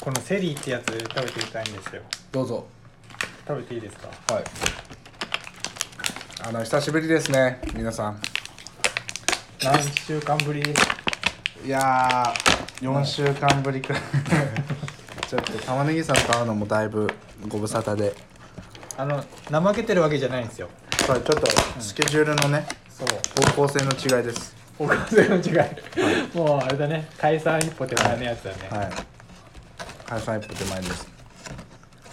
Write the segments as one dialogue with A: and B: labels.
A: このセリーってやつ食べてみたいんですよ
B: どうぞ
A: 食べていいですか
B: はいあの久しぶりですね皆さん
A: 何週間ぶり
B: いやー4週間ぶり くらいちょっと玉ねぎさんと会うのもだいぶご無沙汰で
A: あの怠けてるわけじゃないんですよ
B: そうちょっとスケジュールのね、
A: そう
B: 方向性の違いです
A: おかずの違い、もうあれだね解散一歩手前のやつだね、
B: はい解散一歩手前です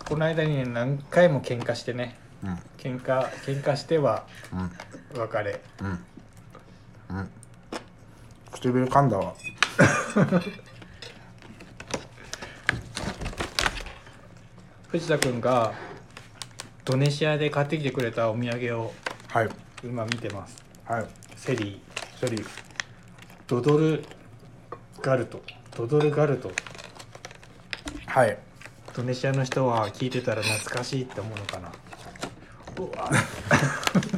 A: この間にね何回も喧嘩してね
B: うん
A: 喧嘩喧嘩しては
B: うん
A: 別れ
B: うんうん唇噛んだわ
A: 藤田君がドネシアで買ってきてくれたお土産を
B: はい
A: 今見てます
B: はい
A: セリー
B: セリー
A: ドドルガルトドドルガルト
B: はい
A: ドネシアの人は聞いてたら懐かしいって思うのかなうわ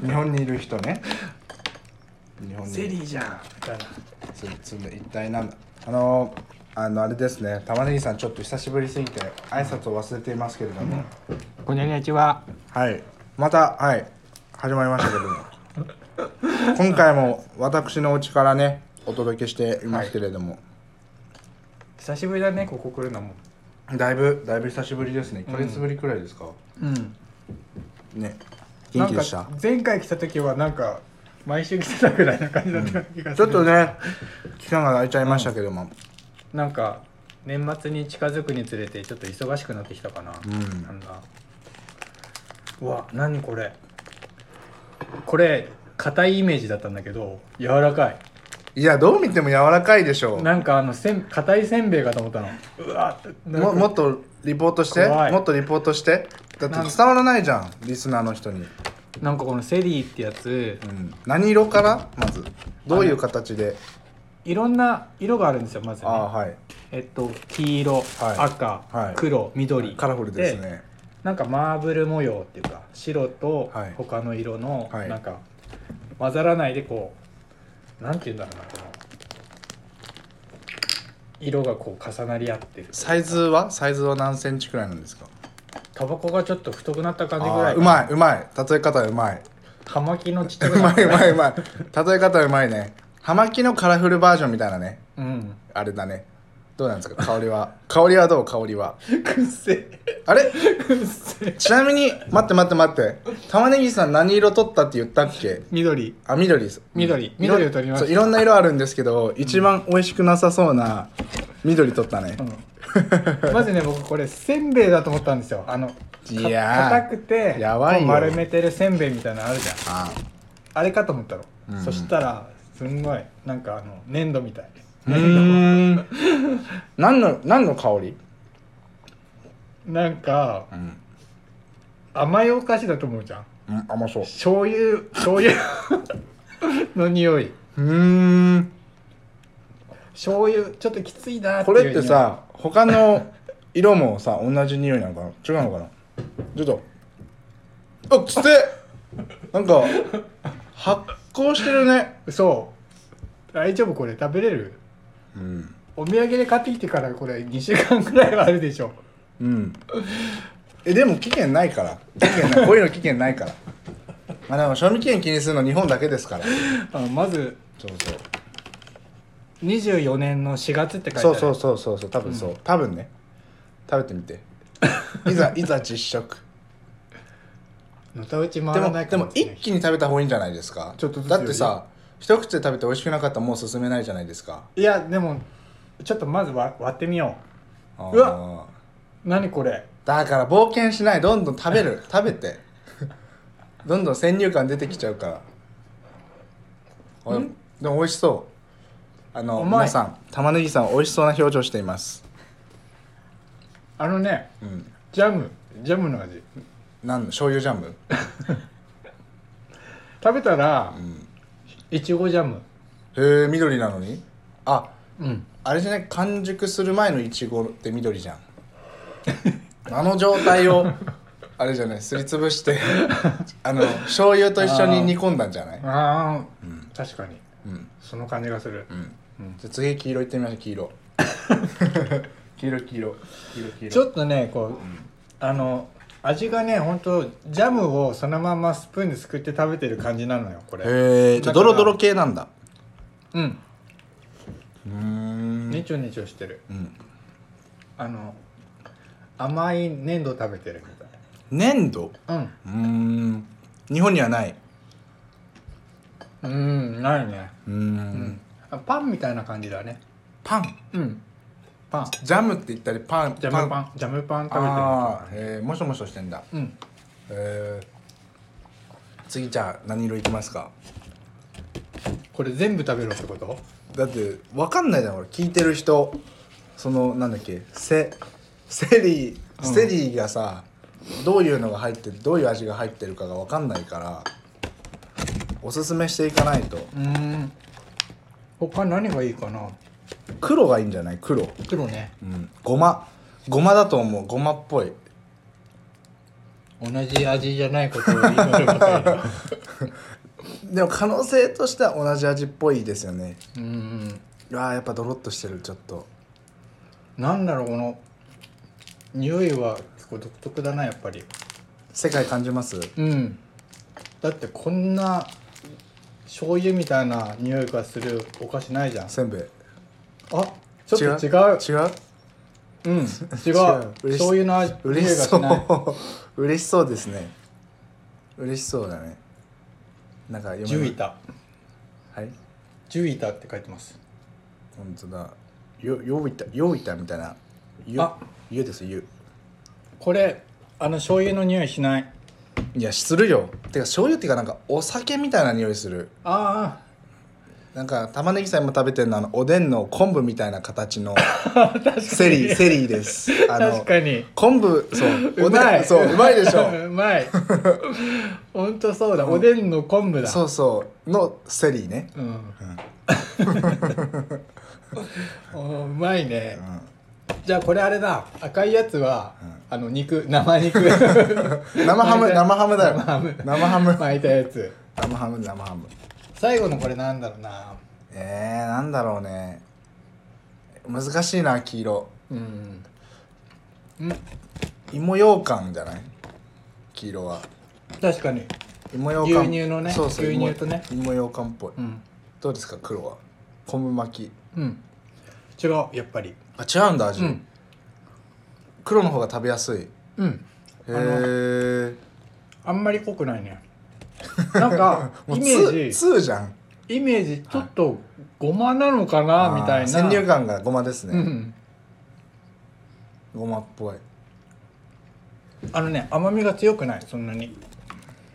B: 日本にいる人ね日本
A: ゼ
B: に
A: リーじゃんみたいな
B: つつ一体なんだあのあのあれですね玉ねぎさんちょっと久しぶりすぎて挨拶を忘れていますけれども、
A: こんにちは
B: はいまたはい始まりましたけども今回も私のお家からねお届けしていますけれども、
A: 久しぶりだねここ来るのも
B: だいぶだいぶ久しぶりですね1ヶ月ぶりくらいですか、
A: うん
B: ね
A: な
B: 元
A: ん
B: 気
A: か
B: でした
A: 前回来た時はなんか毎週来てたぐらいな感じだった気がす
B: ちょ
A: る、
B: っとね期間が空いちゃいましたけども、
A: なんか年末に近づくにつれてちょっと忙しくなってきたかな、
B: ん
A: なんだうわ何これこれ硬いイメージだったんだけど柔らかい
B: いやどう見ても柔らかいでしょう
A: なんかあのせん硬いせんべいかと思ったのうわなんか
B: ももっとリポートして
A: 怖い
B: もっとリポートしてだって伝わらないじゃんリスナーの人に、
A: なんかこのセリーってやつ
B: うん、何色からまずどういう形で
A: いろんな色があるんですよまずね
B: ああはい
A: えっと黄色、
B: はい
A: 赤、
B: はい
A: 黒緑
B: カラフルですね
A: なんかマーブル模様っていうか白と
B: はい
A: 他の色の
B: はい
A: なんか混ざらないでこうなんて言うんだろうなこの色がこう重なり合ってる
B: サイズはサイズは何センチくらいなんですか
A: タバコがちょっと太くなった感じぐ
B: あ
A: ら
B: あ
A: いう
B: まいうまい例え方うまい
A: 葉巻のちっちゃ
B: う
A: くな
B: ま
A: った
B: いうまいうまい例え方うまいね葉巻のカラフルバージョンみたいなね
A: うん
B: あれだねどうなんですか香 りは香りはどう香りは
A: くっせえ
B: あれ
A: くっせえ
B: ちなみに待って待って待って玉ねぎさん何色取ったって言ったっけ
A: 緑
B: あ緑です
A: 緑
B: うん
A: 緑を取りました
B: そういろんな色あるんですけど一番美味しくなさそうな緑取ったね、
A: うんまずね僕これせんべいだと思ったんですよあのか
B: いやー
A: 硬くて
B: やばいよ
A: こう丸めてるせんべいみたいなのあるじゃん
B: あ
A: あれかと思ったの、
B: うん
A: そしたらすんごいなんかあの粘土みたい
B: あうーん何の何の香り、
A: なんか
B: うん、
A: 甘いお菓子だと思うじゃん
B: 甘そう
A: 醤油醤油 の匂いう
B: ーん
A: 醤油ちょっときついなー
B: こ
A: いう
B: れってさ他の色もさ同じ匂いなのかな違うのかなちょっとあっつってなんか発酵してるね
A: 匂いそう大丈夫これ食べれる
B: うん
A: お土産で買ってきてからこれ2週間くらいはあるでしょ
B: うんえでも期限ないから期限ないこういうの期限ないからまあでも賞味期限気にするの日本だけですから
A: あのまず
B: そう
A: 24年の4月って書いてある
B: そうそうそうそうそう多分そう、多分ね食べてみて いざいざ実食
A: のたうち
B: で
A: 回らな
B: も
A: い
B: で
A: か
B: も
A: もしれな
B: 一
A: い
B: 気に食べた方がいいんじゃないですか
A: ちょっとずつよ
B: だ
A: り
B: ってさ一口で食べて美味しくなかったらもう進めないじゃないですか
A: いやでもちょっとまず割割ってみよ
B: あー
A: うわう何これ
B: だから冒険しないどんどん食べる食べてどんどん先入観出てきちゃうからおいでも美味しそうあの
A: うまい
B: 皆さん玉ねぎさん美味しそうな表情しています
A: あのね
B: うん
A: ジャムジャムの味
B: 何の醤油ジャム
A: 食べたら
B: うん
A: いちごジャム
B: へえ緑なのにあ
A: うん
B: あれじゃない完熟する前のいちごって緑 じゃんあの状態をあれじゃないすりつぶしてあの醤油と一緒に煮込んだんじゃない
A: ああ、確かに
B: うん
A: その感じがする
B: うん
A: うん
B: じゃあ次黄色いってみましょう黄色黄色黄色黄色黄色
A: ちょっとねこうあの味がねほんとジャムをそのままスプーンですくって食べてる感じなのよこれ
B: へえじゃあドロドロ系なんだ
A: うん
B: うーん
A: ねちょねちょしてる
B: うん
A: あの甘い粘土食べてるみたい
B: 粘土
A: な
B: うーん日本にはない
A: うんうんないね
B: うー
A: うんんあパンみたいな感じだね
B: パン
A: うんパン
B: ジャムって言ったりパン
A: ジャムパンジャムパン食べてる
B: ああへえもしもししてんだ
A: うん
B: へえ次じゃあ何色いきますか
A: これ全部食べろってこと
B: だってわかんないじゃん俺聞いてる人そのなんだっけセセリセリがさ、どういうのが入ってるどういう味が入ってるかがわかんないからおすすめしていかないと
A: うん他何がいいかな
B: 黒がいいんじゃない黒
A: 黒ね
B: うんごまごまだと思うごまっぽい
A: 同じ味じゃないことを言いましょうばか
B: でも可能性としては同じ味っぽいですよね
A: り うんうん
B: うわーやっぱドロッとしてるちょっと
A: なんだろうこの匂いは結構独特だなやっぱり
B: 世界感じます
A: うんだってこんな醤油みたいな匂いがするお菓子ないじゃんあ
B: せんべい
A: ちょっと違う
B: 違う
A: うん違う
B: 嬉し
A: 醤油の味匂い
B: 嬉し
A: がしない
B: そう嬉しそうですね嬉しそうだねなんか読
A: ジュ
B: め
A: イタ
B: はい
A: ジュイタって書いてます
B: 本当だよよいたよいたみたいなゆ
A: あ
B: ゆですゆ
A: これあの醤油の匂いしない
B: いやするよてか醤油っていうかなんかお酒みたいな匂いする
A: あ
B: なんか玉ねぎさんも食べてるのあのおでんの昆布みたいな形の
A: あ 確かに
B: セリセリですあの
A: 確かに
B: 昆布そう
A: うま
B: おでん
A: い
B: そううまいで しょ
A: うまいほんとそうだおでんの昆布だ
B: そうそうのセリね
A: うん おうまいね
B: うん
A: じゃあこれあれだ赤いやつは、
B: うん
A: あの肉生肉
B: 生ハム生ハムだよ
A: 生ハム
B: 生ハム
A: 巻いたやつ
B: 生ハム生ハム
A: 最後のこれなんだろうな
B: えー、なんだろうね難しいな黄色
A: うん
B: 芋羊羹じゃない黄色は
A: 確かに
B: 芋羊羹
A: 牛乳のね
B: そうそう
A: 牛乳とね
B: 芋芋羊羹っぽい、
A: うん
B: どうですか黒は昆布巻き
A: うん違うやっぱり
B: あ違うんだ味、
A: うん
B: 黒の方が食べやすいへ
A: うん
B: え
A: のあんまり濃くない ねなんか
B: も
A: イ
B: う
A: メージ
B: ツーじゃん
A: イメージちょっとごまなのかなみたいな
B: あー先入観がごまです
A: う
B: ね、
A: ん
B: ごまっぽい
A: あのね甘みが強くないそんなに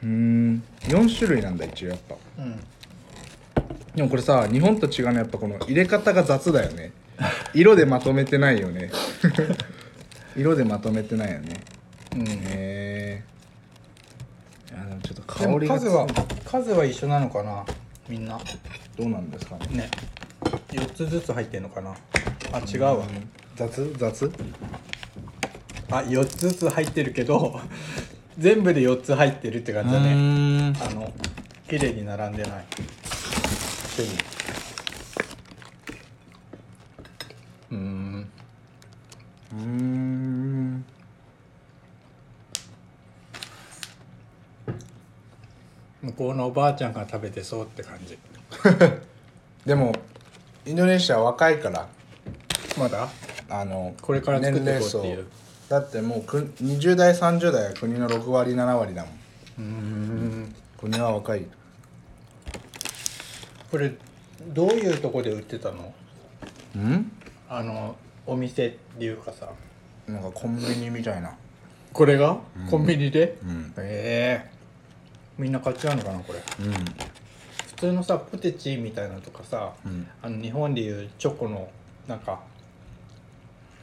B: うん4種類なんだ一応やっぱ
A: うん
B: でもこれさ日本と違うのはやっぱこの入れ方が雑だよね色でまとめてないよ ね色でまとめてないよね
A: うん
B: へえあでもちょっと
A: で
B: 香
A: も
B: りが
A: 数は数は一緒なのかなみんな
B: どうなんですかね
A: ね4つずつ入ってんのかなあ違うわ
B: 雑雑
A: あ4つずつ入ってるけど 全部で4つ入ってるって感じだね
B: ね
A: あの綺麗に並んでないうーん
B: うん
A: 向こうのおばあちゃんが食べてそうって感じ
B: でもインドネシアは若いから
A: まだ
B: あの
A: これから作っていこうっていう
B: 年齢層だってもうく20代30代は国の6割7割だもん
A: うーん
B: 国は若い
A: これどういうとこで売ってたの
B: うん
A: あのお店っていうかさ
B: なんかコンビニみたいな
A: これがコンビニで、
B: うん
A: ええみんな買っちゃうのかなこれ
B: う
A: 普通のさポテチみたいなのとかさ、
B: ん
A: あの日本でいうチョコのなんか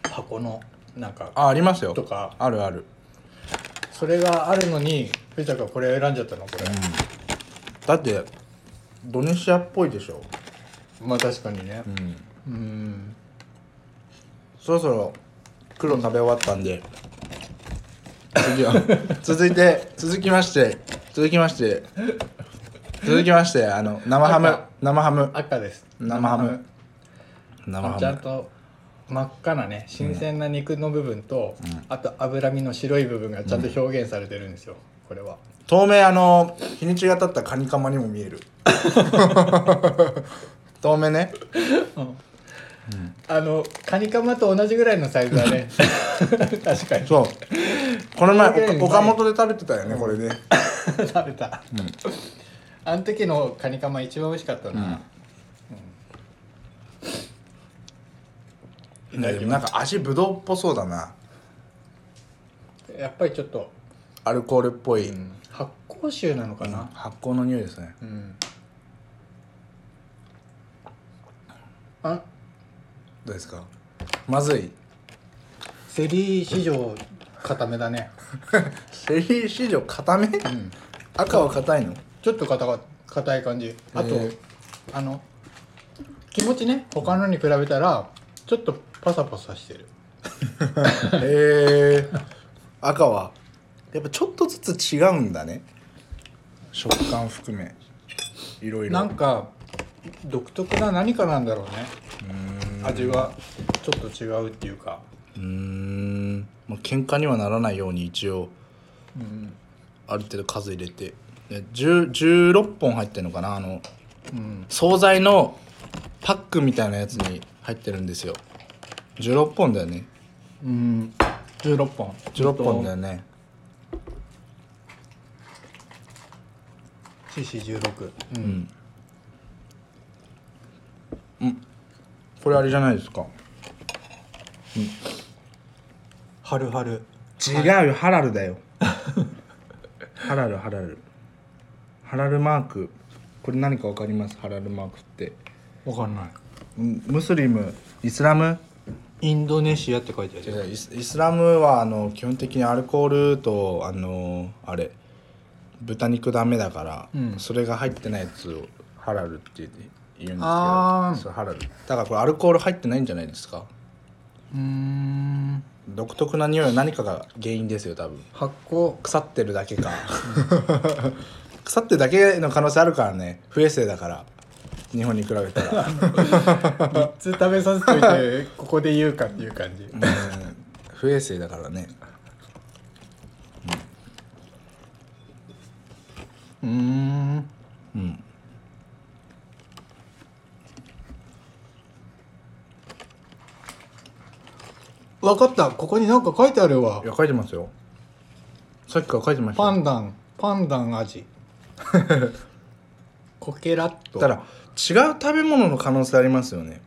A: 箱のなんか
B: あありますよ
A: とか
B: あるある
A: それがあるのにふちゃくはこれを選んじゃったのこれ、
B: だってドネシアっぽいでしょ
A: まあ確かにね
B: うん
A: うんん
B: そろそろ黒食べ終わったんで次は続いて続きまして続きまして続きましてあの生ハム
A: 赤
B: 生ハム
A: 赤です
B: 生ハム生
A: ちゃん
B: ハ
A: と真っ赤なね新鮮な肉の部分と、
B: うん
A: あと脂身の白い部分がちゃんと表現されてるんですよ、これは
B: 透明あの日にちが経ったカニカマにも見える 透明ね
A: あのカニカマと同じぐらいのサイズだね 確かに
B: そうこ
A: 透明
B: の
A: よ
B: 前
A: り
B: お
A: も
B: 岡本で食べてたよね、これね
A: 食べた、あの時のカニカマ一番美味しかったな、
B: うんねでもなんか味ぶどうっぽそうだな
A: やっぱりちょっと、
B: アルコールっぽい、
A: うん発酵臭なのかな、
B: 発酵の匂いですね
A: うんあ
B: どうですかまずい
A: セリ史上固めだね、
B: セリー史上固め
A: うん、
B: 赤は硬いの
A: ちょっと硬か硬い感じあと、
B: へー
A: あの気持ちね他のに比べたらちょっとパサパサしてる
B: へえ赤はやっぱちょっとずつ違うんだね食感含めいろいろ
A: なんか独特な何かなんだろうね味はちょっと違うっていうか、
B: うーんまあ喧嘩にはならないように一応
A: うん
B: ある程度数入れてで10 16本入ってるのかなあの
A: うん、
B: 惣菜のパックみたいなやつに入ってるんですよ16本だよね
A: うん、16本
B: 16本だよね
A: 四四十六う
B: うんん、うん、これあれじゃないですか
A: はるはる
B: 違うよハラルだよ ハラルハラルハラルマークこれ何かわかりますハラルマークって
A: わかんない
B: うんムスリムイスラム
A: インドネシアって書いてあ
B: 違
A: る
B: うイスイスラムはあの基本的にアルコールとあのあれ豚肉ダメだから、
A: うん
B: それが入ってないやつをハラルって言って言うんですけど
A: あー
B: そうハラルだからこれアルコール入ってないんじゃないですか
A: うん
B: 独特な匂いは何かが原因ですよ多分
A: 発酵
B: 腐ってるだけ か腐ってるだけの可能性あるからね不衛生だから日本に比べた ら
A: 3つ食べさせといてここで言うかっていう感じ
B: うん不衛生だからね
A: うん
B: うん
A: 分かったここになんか書いてあるわ
B: いや書いてますよさっきから書いてましたよ
A: パンダンパンダン味 コケラット
B: たら違う食べ物の可能性ありますよね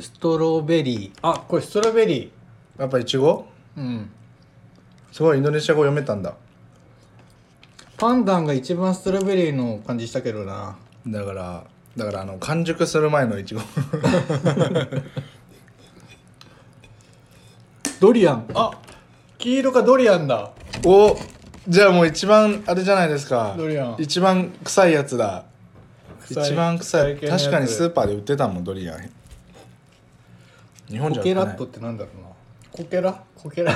A: ストロベリーあこれストロベリ
B: やっぱいちご
A: ーうん
B: すごいインドネシア語読めたんだ
A: パンダンが一番ストロベリーの感じしたけどな
B: だからだからあの完熟する前のいちご
A: ドリアンあ黄色がドリアンだ
B: おじゃあもう一番あれじゃないですか
A: どれやん
B: 一番臭いやつだ
A: 臭い
B: 一番臭
A: 臭い
B: い
A: 系のやつ
B: 確かにスーパーで売ってたもんドリアン日本
A: コ
B: じゃ売って
A: ケ
B: な
A: ラ
B: い
A: ットってなんだろうなコケラコケラ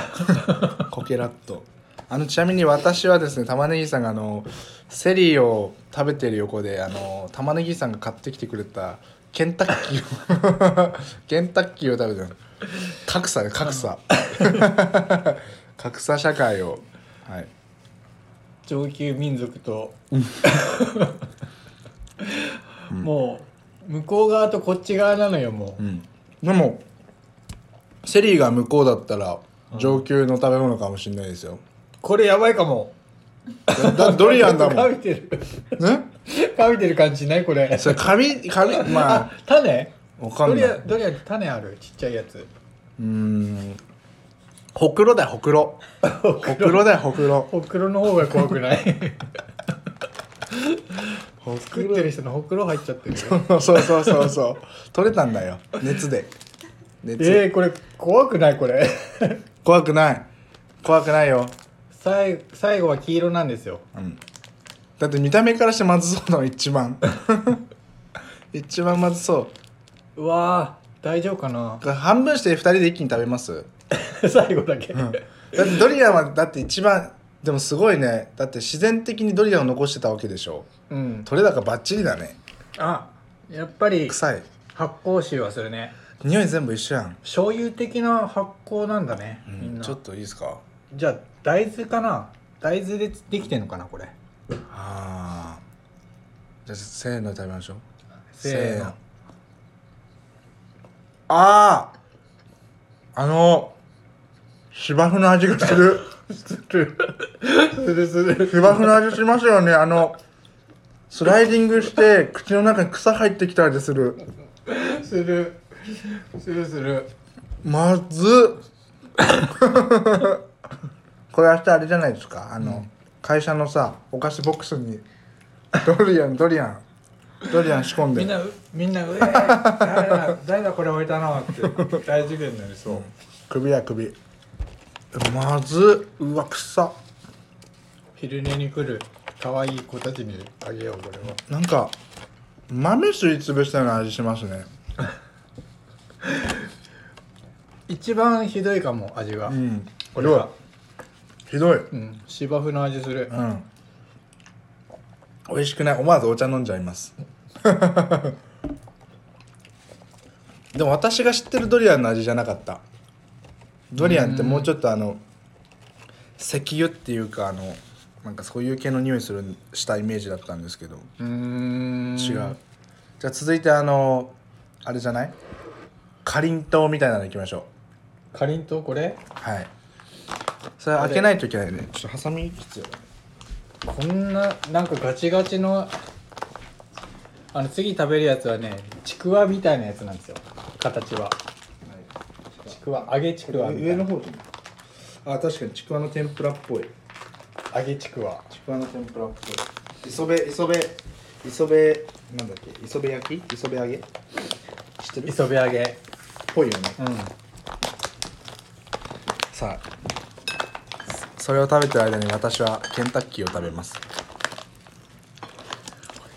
B: コケラットあのちなみに私はですね玉ねぎさんがあのセリを食べてる横であの玉ねぎさんが買ってきてくれたケンタッキーを ケンタッキーを食べてる格差ね格差格差社会をはい
A: 上級民族ともう向こう側とこっち側なのよもう、
B: でもセリーが向こうだったら上級の食べ物かもしれないですよ、
A: これやばいかも
B: だだってドリアン だも
A: か
B: ん
A: びてる
B: ね
A: かびてる感じしないこれ
B: それ紙紙まあ
A: あ種
B: わか
A: ド
B: ん
A: リ
B: ない
A: ア
B: う
A: ドリアに種あるちっちゃいやつ
B: ーんほくろだよほくろ ほくろだよほくろ
A: ほくろの方が怖くない作ってる人のほくろ入っちゃってるよ
B: そうそうそうそう取れたんだよ熱で熱、
A: えー、これ怖くないこれ
B: 怖くない怖くないよ、
A: 最後最後は黄色なんですよ
B: うん、だって見た目からしてまずそうなの一番 一番まずそう
A: うわー大丈夫かな
B: これ半分して2人で一気に食べます
A: 最後だけ、
B: だってドリアンはだって一番でもすごいねだって自然的にドリアンを残してたわけでしょ
A: うん
B: 取れ高バッチリだね
A: あやっぱり
B: 臭い
A: 発酵臭はするね
B: 匂い全部一緒やん、
A: 醤油的な発酵なんだね、みんな
B: ちょっといいですか
A: じゃあ大豆かな大豆でできてんのかなこれ
B: ああじゃあせーので食べましょう
A: せーの
B: ああーあの芝生の味がす る
A: するするする
B: 芝生の味しますよねあのスライディングして口の中に草入ってきた味する
A: するするする
B: ま ずっこれ明日あれじゃないですかあの、会社のさお菓子ボックスにドリアンドリアンドリアン仕込ん
A: みん
B: で
A: なうみんな「うえー誰だ誰だこれ置いたの」って大事件になりそう
B: 首や首まずっうわ臭っ
A: 昼寝に来る可愛い子たちにあげようこれは
B: なんか豆すりつぶしたような味しますね
A: 一番ひどいかも味が、
B: うん
A: これは、
B: ひどい
A: うん、芝生の味する、
B: うん美味しくない思わずお茶飲んじゃいます でも私が知ってるドリアンの味じゃなかったドリアンってもうちょっとあの石油っていうかあのなんかそういう系の匂いするしたイメージだったんですけど
A: うーん
B: 違う、じゃあ続いてあのあれじゃないかりんとうみたいなのいきましょう
A: かりんとうこれ
B: はいそれ開けないといけないねちょっとハサミ必要だね
A: こんななんかガチガチのあの次食べるやつはねちくわみたいなやつなんですよ形はちくわ揚げちくわみたいな
B: 方であ確かにちくわの天ぷらっぽい
A: 揚げちくわ
B: ちくわの天ぷらっぽい磯辺磯辺磯辺なんだっけ磯辺焼き磯辺揚げ知ってる
A: 磯辺揚げ
B: ぽいよね
A: うん
B: さあそれを食べてる間に私はケンタッキーを食べます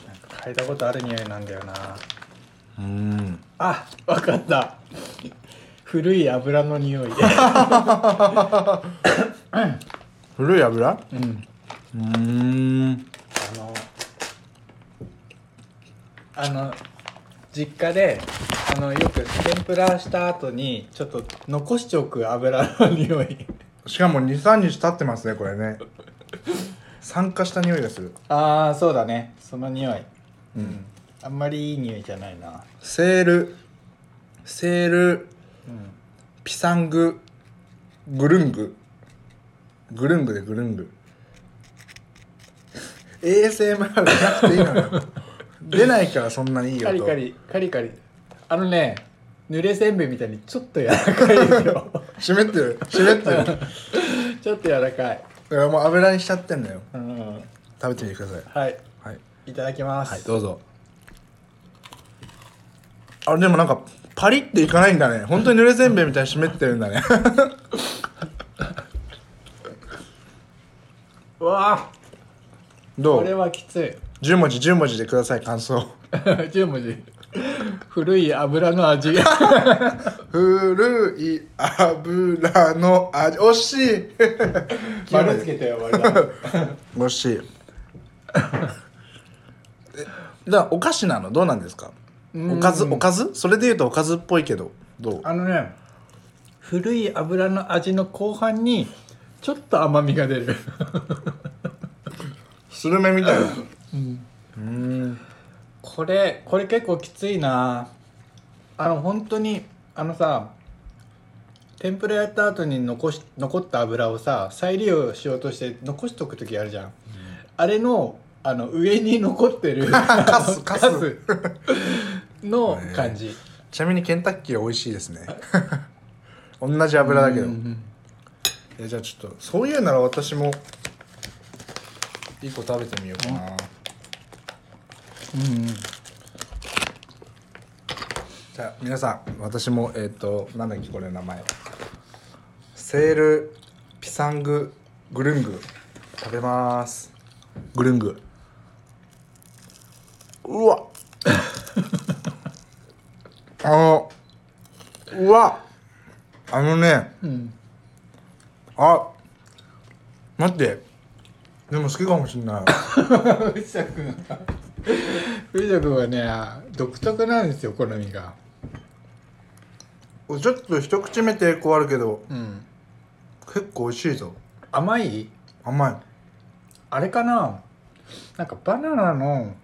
A: なんか嗅いだことある匂いなんだよな
B: うん
A: あわかった 古い油の匂 い
B: 古い油
A: うん
B: うーん
A: あのあの実家であのよく天ぷらした後にちょっと残しておく油の匂い
B: しかも23日経ってますねこれね酸化した匂いがする
A: ああそうだねその匂い
B: うん
A: あんまりいい匂いじゃないな
B: セールセール
A: うん
B: ピサンググルンググルングでグルング ASMR じゃなくていいのよ出ないからそんなにいいよ
A: カリ
B: と
A: カリカリカリあのね濡れせんべいみたいにちょっと柔らかいですよ
B: 湿ってる湿ってるだか
A: ちょっと柔らかい
B: らもう油にしちゃってんのよ
A: うん
B: 食べてみてください
A: はい
B: はい、
A: いただきます、
B: はい、どうぞあでもなんかパリっていかないんだね本当に濡れせんべいみたいに湿ってるんだね
A: うわあ
B: ど
A: これ
B: う
A: はきつい
B: ?10 文字10文字でください感想
A: 10文字古い油の味
B: 古い油の味惜しい
A: 気をつけてよ割と
B: 惜しいえだからお菓子なのどうなんですかおかずおかずそれで言うとおかずっぽいけどどう
A: あのね古い油の味の後半にちょっと甘みが出る
B: スルメみたいな
A: これこれ結構きついなあの本当にあのさ天ぷらやった後に残し残った油をさ再利用しようとして残しとく時あるじゃん、あれのあの上に残ってる
B: カス カ
A: カ
B: ス
A: スの感じ、
B: ちなみにケンタッキーは美味しいですね 同じ油だけど
A: うん
B: えじゃあちょっとそういうなら私も1個食べてみようかな、
A: うん
B: じゃあ皆さん私もえっ、となんだっけこれ名前セールピサンググルング食べますグルングうわあのうわあのね
A: うん
B: あ待ってでも好きかもしんない
A: 藤田君は藤田君はね独特なんですよ好みが
B: ちょっと一口目抵抗あるけど
A: うん
B: 結構美味しいぞ
A: 甘い
B: 甘い
A: あれかななんかバナナの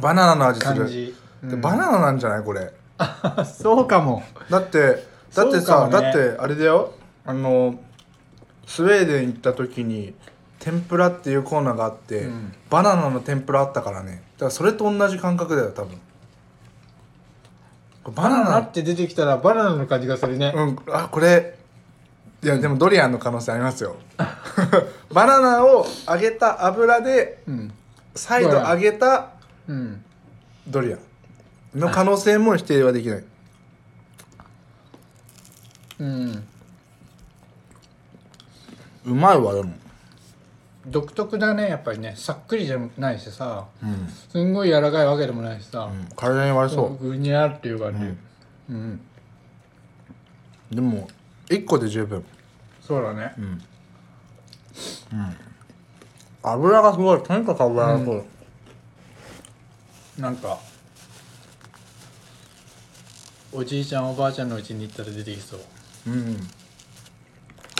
B: バナナの味す
A: 感
B: る
A: じ、
B: で
A: うん
B: バナナなんじゃないこれ
A: そうかも
B: だってだっ
A: そ
B: てさ、
A: うかも
B: だ
A: ね
B: ってあれだよあのスウェーデン行った時に天ぷらっていうコーナーがあって、
A: うん
B: バナナの天ぷらあったからねだからそれと同じ感覚だよ多分バ
A: バナ
B: ナ
A: ナ
B: ナ
A: って出てきたらバナナの感じがするね、
B: うんあこれいやでもドリアンの可能性あります よバナナを揚げた油で
A: うん
B: 再度揚げた
A: うん、
B: ドリアンの可能性も否定はできない
A: うん、
B: うまいわでも
A: 独特だねやっぱりねさっくりじゃないしさ
B: うん、
A: すんごい柔らかいわけでもないしさ、
B: うん、体に悪そう、
A: ぐにゃっていう感じうん、
B: でも1個で十分
A: そうだね、
B: 油がすごいとにかく油がすごい、
A: なんかおじいちゃんおばあちゃんのうちに行ったら出てきそう
B: うん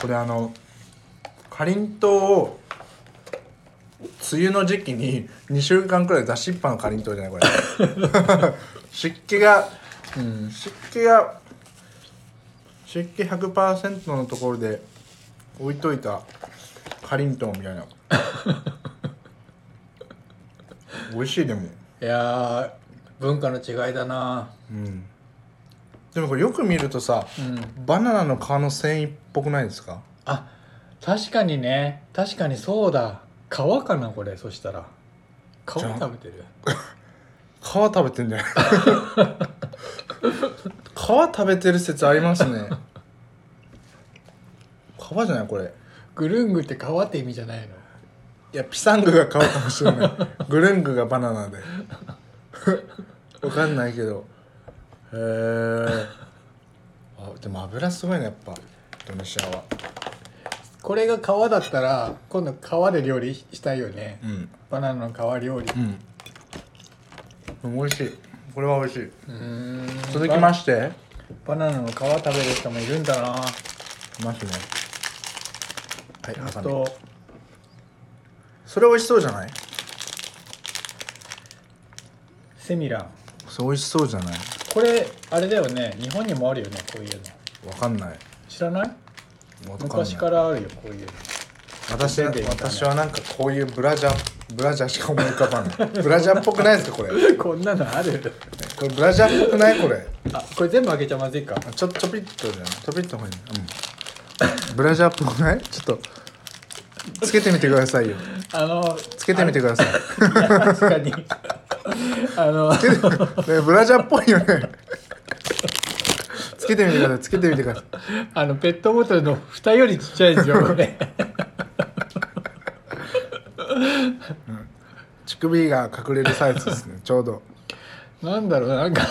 B: これあのかりんとうを梅雨の時期に2週間くらい出しっぱのかりんとうじゃないこれ 湿気が、湿気が湿気100%のところで置いといたかりんとうみたい な美味しいでも
A: いやー文化の違いだな
B: うんでもこれよく見るとさ、バナナの皮の繊維っぽくないですか
A: あ確かにね確かにそうだ皮かなこれそしたら皮
B: じゃん
A: 食べてる
B: 皮食べてんじゃない 皮食べてる説ありますね皮じゃないこれ
A: グルングって皮って意味じゃないの
B: いやピサングが皮かもしれないグルングがバナナでわかんないけどへえでも油すごいねやっぱドネシアは
A: これが皮だったら今度皮で料理したいよね、
B: うん
A: バナナの皮料理
B: うん美味しいこれは美味しいう
A: ーん
B: 続きまして
A: バナナの皮食べる人もいるんだな
B: ますねはい
A: あ
B: ハサミ
A: と
B: それ美味しそうじゃない
A: セミラン
B: それ美味しそうじゃない
A: これあれだよね日本にもあるよねこういうの
B: わかんない
A: 知らない
B: わんない
A: 昔からあるよこういう
B: 私
A: 出ていたね
B: 私はなんかこういうブラジャーブラジャーしか思い浮かばないブラジャーっぽくないですかこれこ
A: のこんなのある
B: れブラジャーっぽくないこれ
A: あこれ全部開けちゃまずいか
B: ちょちょぴっとじゃないちょぴっとほいうんブラジャーっぽくないちょっとつけてみてくださいよ
A: あの
B: つけてみてください
A: 確かにあの
B: ねブラジャーっぽいよねつけてみてくださいつけてみてください
A: あのペットボトルの蓋よりちっちゃいですよこれ
B: 乳首が隠れるサイズですねちょうど
A: なんだろうなんか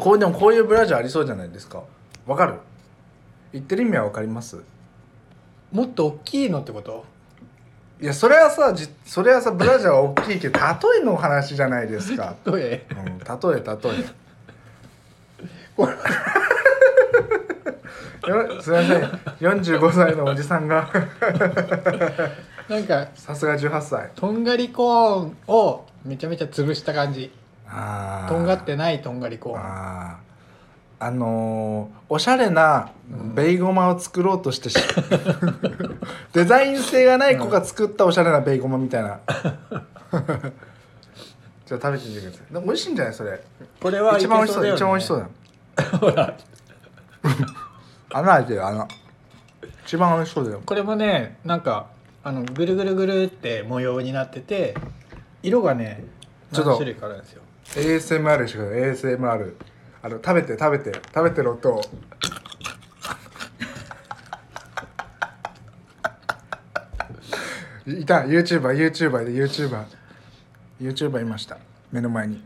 B: こうでもこういうブラジャーありそうじゃないですかわかる言ってる意味はわかります
A: もっと大きいのってこと
B: いやそれはさじそれはさブラジャーは大きいけど例えのお話じゃないですか、
A: どれ
B: うん、例え例え よすいません45歳のおじさんが
A: なんか
B: さすが18歳
A: とんがりコーンをめちゃめちゃ潰した感じ
B: あー
A: とんがってないとんがりコーン
B: あーあのーおしゃれなベイゴマを作ろうとして し、デザイン性がない子が作ったおしゃれなベイゴマみたい なじゃあ食べてみてくださいでも美味しいんじゃないそれ
A: これは
B: 一番美味しそうだよ、一番美味しそう
A: う
B: だよ 穴開いてる穴一番美味しそうだよ
A: これもねなんかあのぐるぐるぐるって模様になってて色がね
B: ちょっ
A: 何
B: と
A: 種類かあるんですよ
B: ASMR してください ASMR あの食べて食べて食べてる音をいた YouTuberYouTuber で YouTuberYouTuber いました目の前に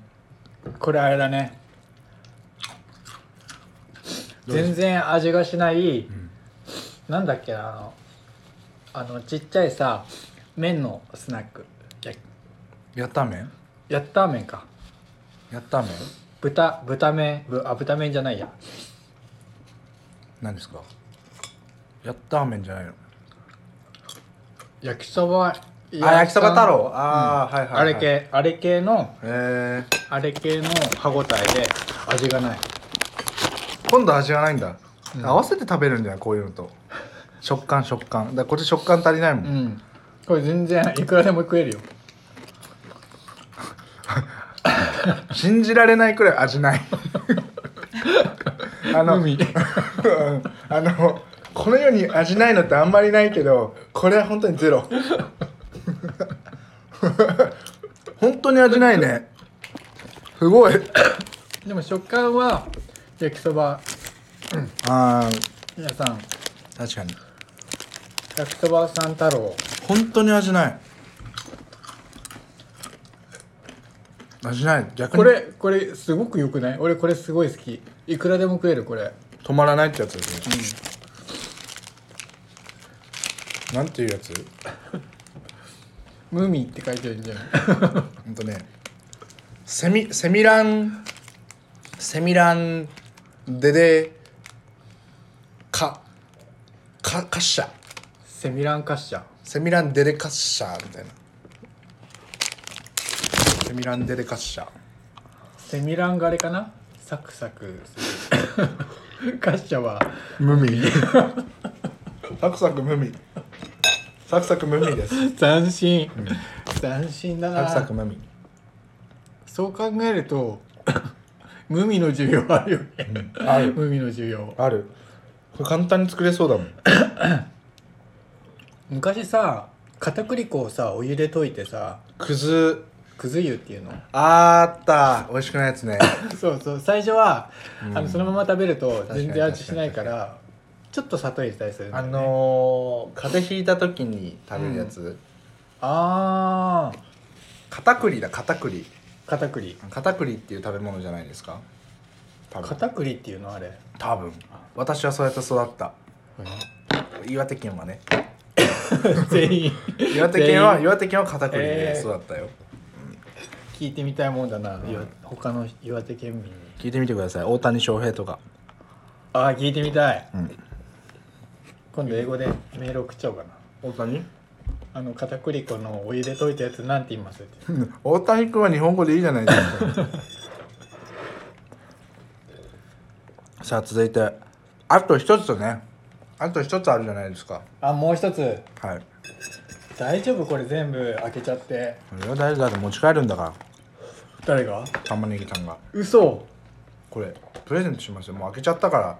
A: これあれだね全然味がしない、なんだっけなあのあのちっちゃいさ麺のスナックや
B: やっためん
A: やったー麺か
B: やっためん
A: 豚豚麺ぶあ豚麺じゃないや
B: 何ですかやったーめんじゃないの
A: 焼きそば
B: あ焼きそば太郎ああ、はいはい、はい、
A: あれ系あれ系の
B: えー、
A: あれ系の歯ごたえで味がない
B: 今度味がないんだ、合わせて食べるんじゃないこういうのと食感食感だからこっち食感足りないもん、
A: うんこれ全然いくらでも食えるよ
B: 信じられないくらい 味ないあの
A: 海
B: うんあのこの世に味ないのってあんまりないけどこれは本当にゼロ 本当に味ないねすごい
A: でも食感は焼きそば
B: あー
A: 屋さん
B: 確かに
A: 焼きそばさん太郎
B: 本当に味ない味ない逆に
A: これこれすごくよくない俺これすごい好きいくらでも食えるこれ
B: 止まらないってやつですね、なんていうやつ
A: 「ムミ」って書いてるんじゃない
B: ほんとねセミセミランセミランデデカカカッシャ
A: セミランカッシャ
B: セミランデデカッシャみたいなセミランデデカッシャ
A: セミランがあれかなサクサクす るカッシャは
B: 無味サクサク無味サクサク無味です
A: 斬新斬新だ
B: サ
A: な
B: クサク無味
A: そう考えると無味の需要あるよね、
B: ある
A: 無味の需要
B: あるこれ簡単に作れそうだもん
A: 昔さ片栗粉をさお湯で溶いてさ
B: くず
A: くず湯っていうの
B: あーった美味しくないやつね
A: そうそう最初は、あのそのまま食べると
B: かに
A: 全然味しないからちょっと砂糖入れたりするんだ
B: あ
A: よ、ね、
B: のー、風邪ひいた時に食べるやつ、
A: あー
B: 片栗だ片栗
A: 片栗
B: 片栗っていう食べ物じゃないですか多分
A: 片栗っていうのあれ
B: 多分私はそうやって育った岩手県はね
A: 全員
B: 岩手県は
A: 全員
B: 岩手県は片栗で育ったよ、
A: 聞いてみたいもんだな、岩他の岩手県民に
B: 聞いてみてください大谷翔平とか
A: ああ聞いてみたい、
B: うん
A: 今度英語でメール送っちゃおうかな
B: 大谷
A: あの片栗粉のお湯で溶いたやつなんて言いますって
B: 大谷君は日本語でいいじゃないですか さあ続いてあと一つとねあと一つあるじゃないですか
A: あもう一つ
B: はい
A: 大丈夫これ全部開けちゃって
B: これは大事だって持ち帰るんだから
A: 誰が
B: 玉ねぎさんが
A: 嘘
B: これプレゼントしますよもう開けちゃったから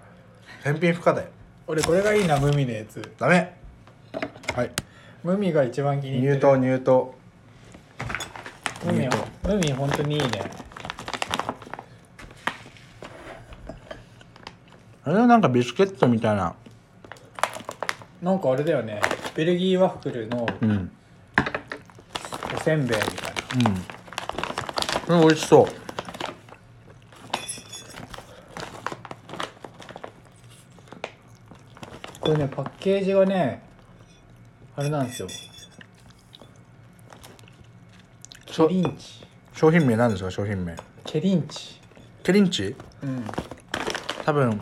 B: 返品不可だよ
A: 俺これがいいなムミのやつ
B: ダメはい
A: ムミが一番気に入
B: 入
A: ってる
B: 刀入刀
A: ムミ
B: 入刀
A: ムミ本当にいいね
B: あれはなんかビスケットみたいな
A: なんかあれだよねベルギーワッフルの
B: うんうん
A: おせんべいみたいな
B: これ美味しそう
A: これねパッケージがねあれなんですよ
B: そ
A: ケリンチ
B: 商品名なんですか商品名
A: ケリンチ
B: ケリンチ
A: うん
B: 多分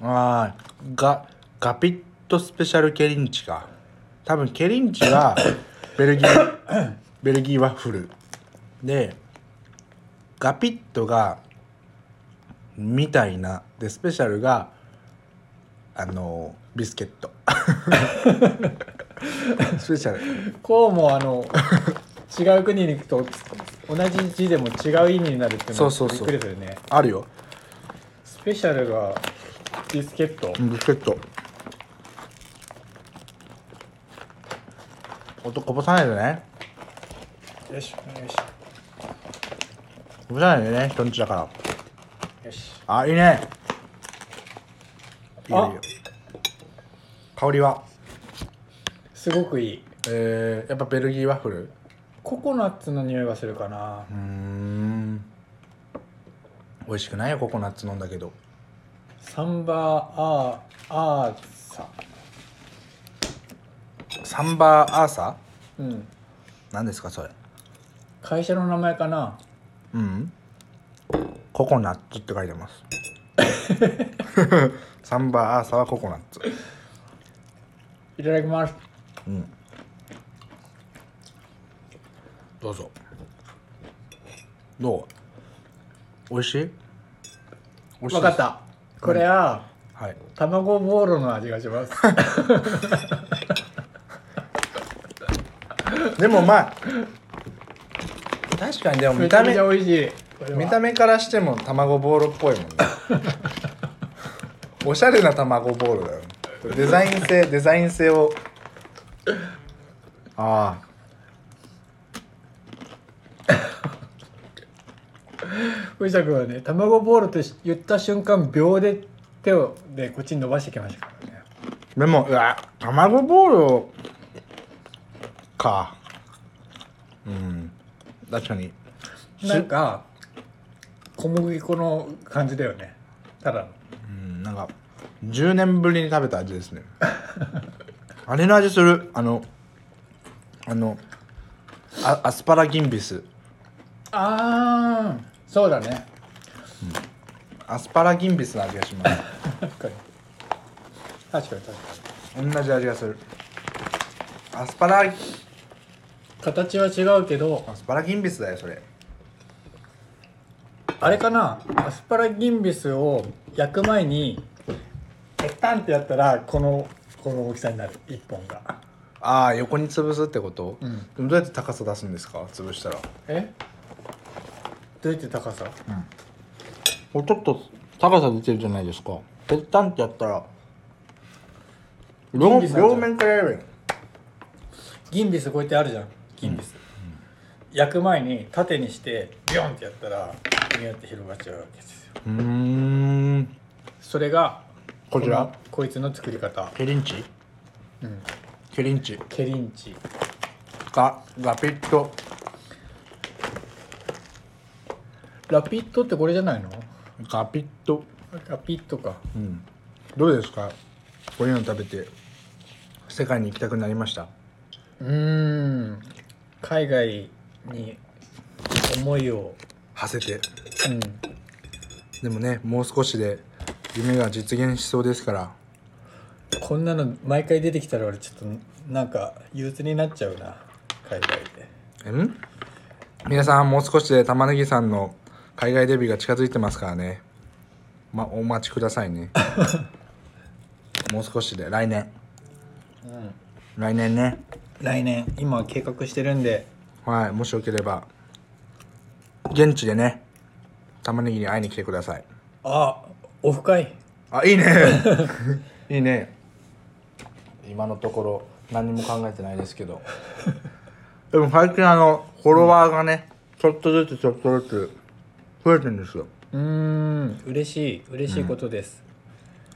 B: あーガガピットスペシャルケリンチか多分ケリンチ はベルギーベルギーワッフルでガピットがみたいなでスペシャルがあのビスケッ トスペシャル
A: こうもあ の違う国に行くと同じ字でも違う意味になるっていうの
B: そうそうそう
A: びっくりするね
B: あるよ
A: スペシャルがビスケット
B: ビスケット音こぼさないでね
A: よしよし
B: こぼさないでね人んちだから
A: よし
B: あ、いいね。いい
A: あ
B: よいいよ。香りは。
A: すごくいい
B: えー、やっぱベルギーワッフル。
A: ココナッツの匂いがするかな
B: うーん。美味しくないよ、ココナッツ飲んだけど。
A: サンバーアーアーサ
B: サンバーアーサ
A: うん
B: ー。なんですか、それ。
A: 会社の名前かな
B: うん。ココナッツって書いてます。 3番アーサはココナッツ
A: いただきます
B: どうぞどう美味しい美
A: 分かったこれは
B: はい
A: 卵ボーロの味がします
B: でもまあ確かにでも
A: め
B: 見
A: ちゃ
B: た
A: め
B: 目
A: ちゃ美味しいこれは
B: 見た目からしても卵ボーロっぽいもんね おしゃれな卵ボーロだよねデザイン性デザイン性をああ
A: 藤田君はね卵ボールと言った瞬間秒で手をでこっちに伸ばしてきましたからね
B: でもうわ卵ボーロかうん確かに
A: なんか小麦粉の感じだよねただの
B: うんなんか10年ぶりに食べた味です ねあれの味するあのあのあアスパラギンビス
A: ああそうだね
B: アスパラギンビスの味がします
A: 確かに確かに確かに
B: 同じ味がするアスパラ
A: 形は違うけど
B: アスパラギンビスだよそれ
A: あれかなアスパラギンビスを焼く前にペッタンってやったらこのこの大きさになる1本が
B: ああ横に潰すってこと、
A: うん
B: でもどうやって高さ出すんですか潰したら
A: えどうやって高さ
B: これちょっと高さ出てるじゃないですかぺったんってやったら
A: ギン
B: 両
A: ビスなんじゃん
B: 両面からやればいいの
A: ギンビスこうやってあるじゃんギンビス、焼く前に縦にしてビョンってやったらビュンって広がっちゃうわけですよ
B: うーん
A: それが
B: こちら
A: のこいつの作り方
B: ケリンチ
A: うん
B: ケリンチ
A: ケリンチ
B: がラピッと
A: ラピットってこれじゃないの
B: ガピッと
A: ラピットか
B: うんどうですかこういうの食べて世界に行きたくなりました
A: うーん海外に思いを、
B: 馳せて
A: うん、
B: でもねもう少しで夢が実現しそうですから
A: こんなの毎回出てきたら俺ちょっとなんか憂鬱になっちゃうな海外で
B: うん皆さんもう少しで玉ねぎさんの海外デビューが近づいてますからね、ま、お待ちください ねもう少しで来年、来年ね
A: 来年今計画してるんで
B: はいもしよければ現地でね玉ねぎに会いに来てください
A: あオフ会
B: あいいねいいね今のところ何も考えてないですけどでも最近あのフォロワーがね、ちょっとずつちょっとずつ増えてるんですよ
A: うーん嬉しい嬉しいことです、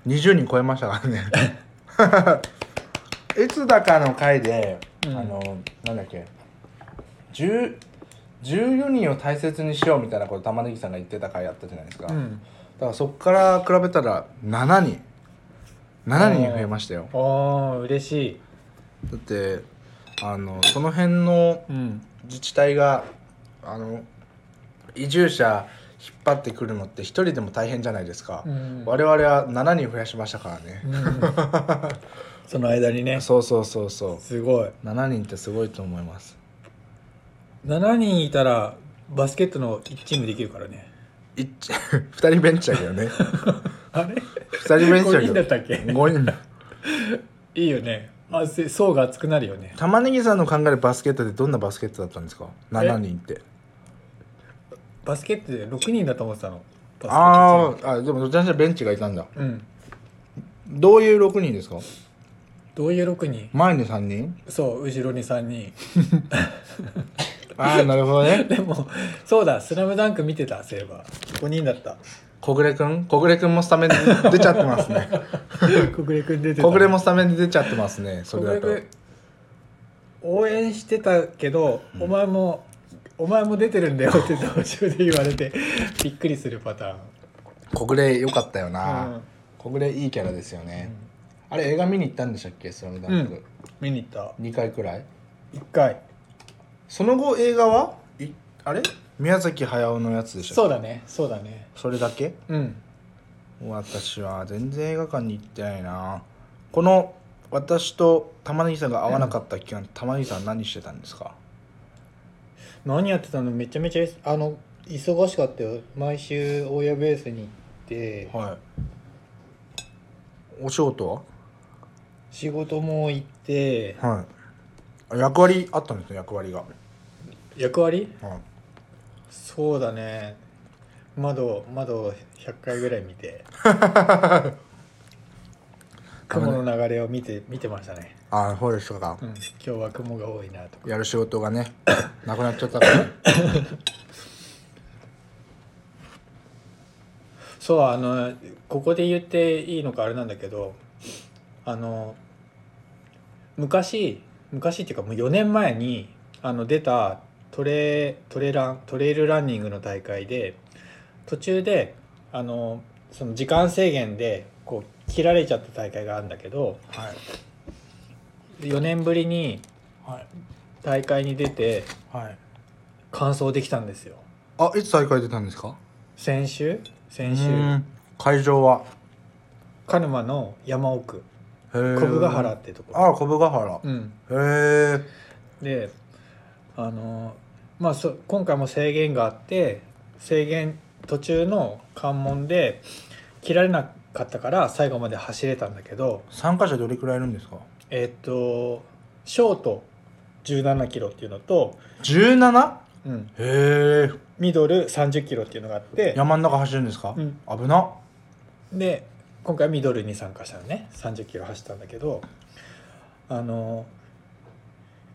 B: 20人超えましたから ねいつだかの回で、あのなんだっけ10 14人を大切にしようみたいなこと玉ねぎさんが言ってた回あったじゃないですか、
A: うん
B: だからそっから比べたら7人7人増えましたよ
A: あー嬉しい
B: だってあのその辺の
A: うん
B: 自治体があの移住者引っ張ってくるのって一人でも大変じゃないですか、
A: うん
B: 我々は7人増やしましたからね、
A: その間にね
B: そうそうそうそ
A: すごいう
B: 7人ってすごいと思います
A: 7人いたらバスケットの1チームできるからね
B: 2人ベンチだけど ね
A: あれ
B: 2人ベンチだ
A: 五
B: け
A: 人
B: ど
A: だったっけ
B: 5人だ
A: いいよねあせ層が厚くなるよね
B: 玉ねぎさんの考えるバスケットってどんなバスケットだったんですか7人って
A: バスケットで6人だと思ってたのバスケットチーム
B: あーあでもどちらにしろベンチがいたんだ
A: うん
B: どういう6人ですか
A: どういう6人
B: 前に3人
A: そう後ろに3人
B: ああなるほどね
A: でもそうだ「スラムダンク見てたそういえば5人だ った
B: 小暮くん小暮くんもスタメンで出ちゃってます ね
A: 小暮君出てた
B: 小暮もスタメンで出ちゃってますねそ
A: 小
B: れ
A: 暮
B: だと
A: 君応援してたけど、お前もお前も出てるんだよ って途中で言われてびっくりするパターン
B: 小暮良かったよな、
A: うん
B: 小暮いいキャラですよね、あれ映画見に行ったんでしたっけ「スラムダ
A: う
B: ンク
A: ん、見に行った
B: 2回くらい
A: 1回
B: その後映画はいあれ宮崎駿のやつでしたっ
A: そうだねそうだね
B: けそれだけ
A: うん
B: 私は全然映画館に行ってないなこの私と玉ねぎさんが会わなかった期間、玉ねぎさん何してたんですか
A: 何やってたのめちゃめちゃいあの忙しかったよ毎週親ベースに行って
B: はいお仕事
A: 仕事も行って
B: ははいあ役割あったんですね役割が、
A: 役割
B: はい、
A: そうだね窓窓100回ぐらい見 て雲の流れを見て見てましたね、
B: ああそうでしたか
A: うん、今日は雲が多いなとか
B: やる仕事が ねなくなっちゃったからね
A: そうあのここで言っていいのかあれなんだけどあの昔昔っていうかもう4年前にあの出たトレトレラントレイルランニングの大会で途中であのその時間制限でこう切られちゃった大会があるんだけど
B: はい
A: 4年ぶりに
B: はい
A: 大会に出て
B: はい
A: 完走できたんですよ
B: あいつ大会出たんですか
A: 先週先
B: う
A: 週
B: ん会場は
A: 鹿沼の山奥
B: へ
A: 小
B: ー
A: 生ヶ原ってところ、
B: ああ小生ヶ原、
A: うん、
B: へえ
A: であのまあそ今回も制限があって制限途中の関門で切られなかったから最後まで走れたんだけど
B: 参加者どれくらいいるんですか
A: えっとショート17キロっていうのと、
B: 17?
A: うん、
B: へ
A: ミドル30キロっていうのがあっ
B: え
A: て
B: 山の中走るんですか、
A: うん
B: 危な
A: で今回ミドルに参加したのね30キロ走ったんだけどあの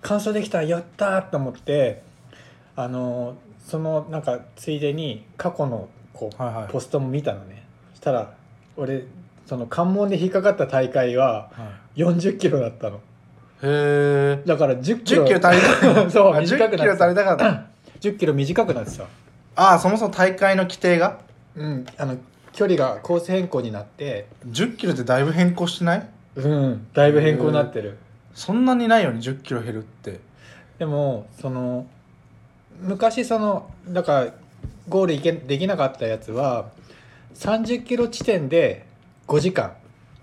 A: 完走できたやったーと思ってあのそのなんかついでに過去のこう
B: はいはい
A: ポストも見たのねしたら俺その関門で引っかかった大会は
B: はい
A: 40キロだったの
B: へえ
A: だから10キ
B: 10
A: ロ
B: キロ足り た
A: そう
B: あ10
A: 短く
B: キ
A: な
B: ロ
A: ってた
B: 足りたかった
A: 10キロ短くなってさ、
B: ああそもそも大会の規定が
A: うん、あの距離がコース変更になって
B: 10キロってだいぶ変更してない
A: うんだいぶ変更になってる
B: そんなにないよね10キロ減るって
A: でもその昔そのだからゴールいけできなかったやつは30キロ地点で5時間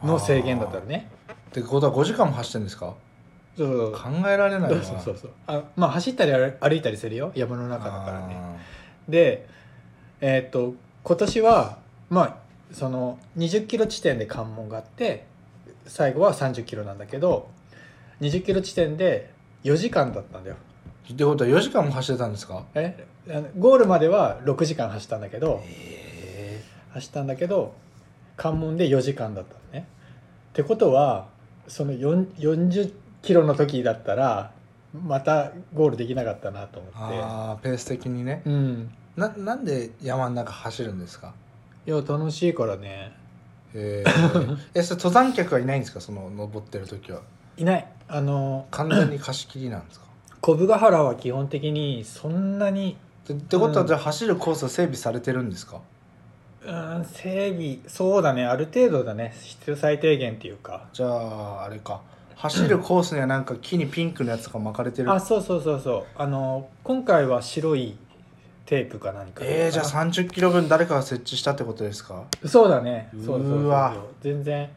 A: の制限だったのね
B: ってことは5時間も走ってんですか
A: そうそう
B: 考えられない
A: そう
B: な
A: そうそうそうあまあ走ったり歩歩いたりするよ山の中だからね
B: あ
A: でえーっと今年はまあその20キロ地点で関門があって最後は30キロなんだけど20キロ地点で4時間だったんだよ
B: ーってことは4時間も走ってたんですか
A: えあのゴールまでは6時間走ったんだけど
B: え
A: 走ったんだけど関門で4時間だったのね。ってことはその4 40キロの時だったらまたゴールできなかったなと思っ
B: ああペース的にね
A: て、うん、
B: ななんで山の中走るんですか
A: いや楽しいからね
B: へ ーえそれ登山客はいないんですかその登ってる時はい
A: ないあの
B: 完全に貸し切りなんですか
A: 小生ヶ原は基本的にそんなに
B: ってってこと
A: う
B: は
A: ん
B: じゃあ走るコースは整備されてるんですか、
A: うん整備そうだねある程度だね必要最低限っていうか
B: じゃああれか走るコースにはなんか木にピンクのやつが巻かれてる
A: あそうそうそうそうあの今回は白いテープか何か
B: えー、じゃあ3 0キロ分誰かが設置したってことですか
A: そうだねそうそうそうそう
B: うわ
A: 全然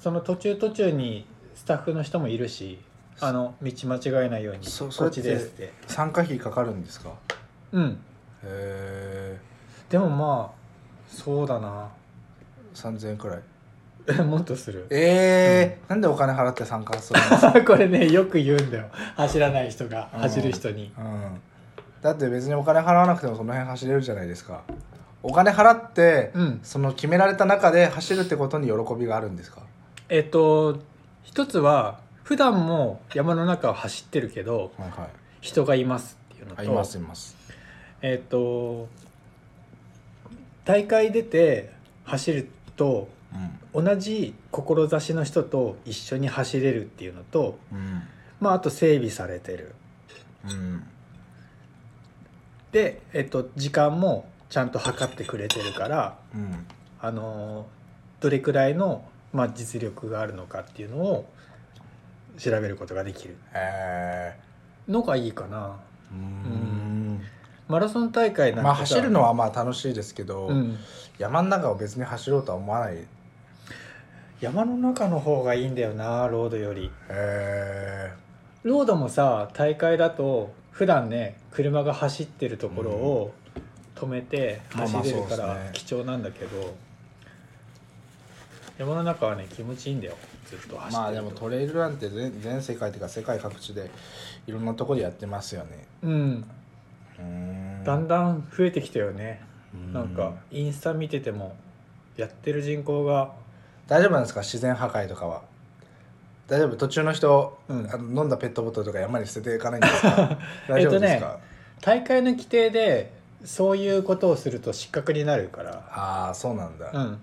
A: その途中途中にスタッフの人もいるしあの道間違えないように
B: そう
A: こっちですって
B: 参加費かかるんですか
A: うん
B: へえ
A: でもまあそうだな
B: 3000円くらい
A: もっとする
B: えーなんでお金払って参加するんですか、
A: これねよく言うんだよ走らない人が
B: うん
A: 走る人に
B: うん、だって別にお金払わなくてもその辺走れるじゃないですかお金払って、
A: うん
B: その決められた中で走るってことに喜びがあるんですか
A: えっと一つは普段も山の中を走ってるけど
B: はいはい
A: 人がいますっていうのと
B: あいますいます
A: えっ、と大会出て走ると
B: うん
A: 同じ志の人と一緒に走れるっていうのと、
B: うん
A: まあ、あと整備されてる
B: うん
A: で、えっと時間もちゃんと測ってくれてるから、
B: うん
A: あのーどれくらいの、まあ、実力があるのかっていうのを調べることができる
B: え
A: のがいいかな
B: ー、うーん
A: マラソン大会なんてさ
B: まあ走るのはまあ楽しいですけど、
A: うん
B: 山の中を別に走ろうとは思わないへ
A: 山の中の方がいいんだよなロードより
B: え
A: ロードもさ大会だと普段ね車が走ってるところを止めて
B: まあま
A: 走
B: あ
A: れるか
B: そうですね
A: ら貴重なんだけど、山の中はね気持ちいいんだよずっと走ってると
B: まあでもトレイルランって全全世界というか世界各地でいろんなところでやってますよね
A: うん
B: うーん
A: だんだん増えてきたよね、
B: うん
A: なんかインスタ見ててもやってる人口が
B: 大丈夫なんですか自然破壊とかは大丈夫途中の人、
A: うん
B: あの飲んだペットボトルとか山に捨てていかないんです か大丈夫ですか、
A: 大会の規定でそういうことをすると失格になるから、
B: ああそうなんだ
A: うん、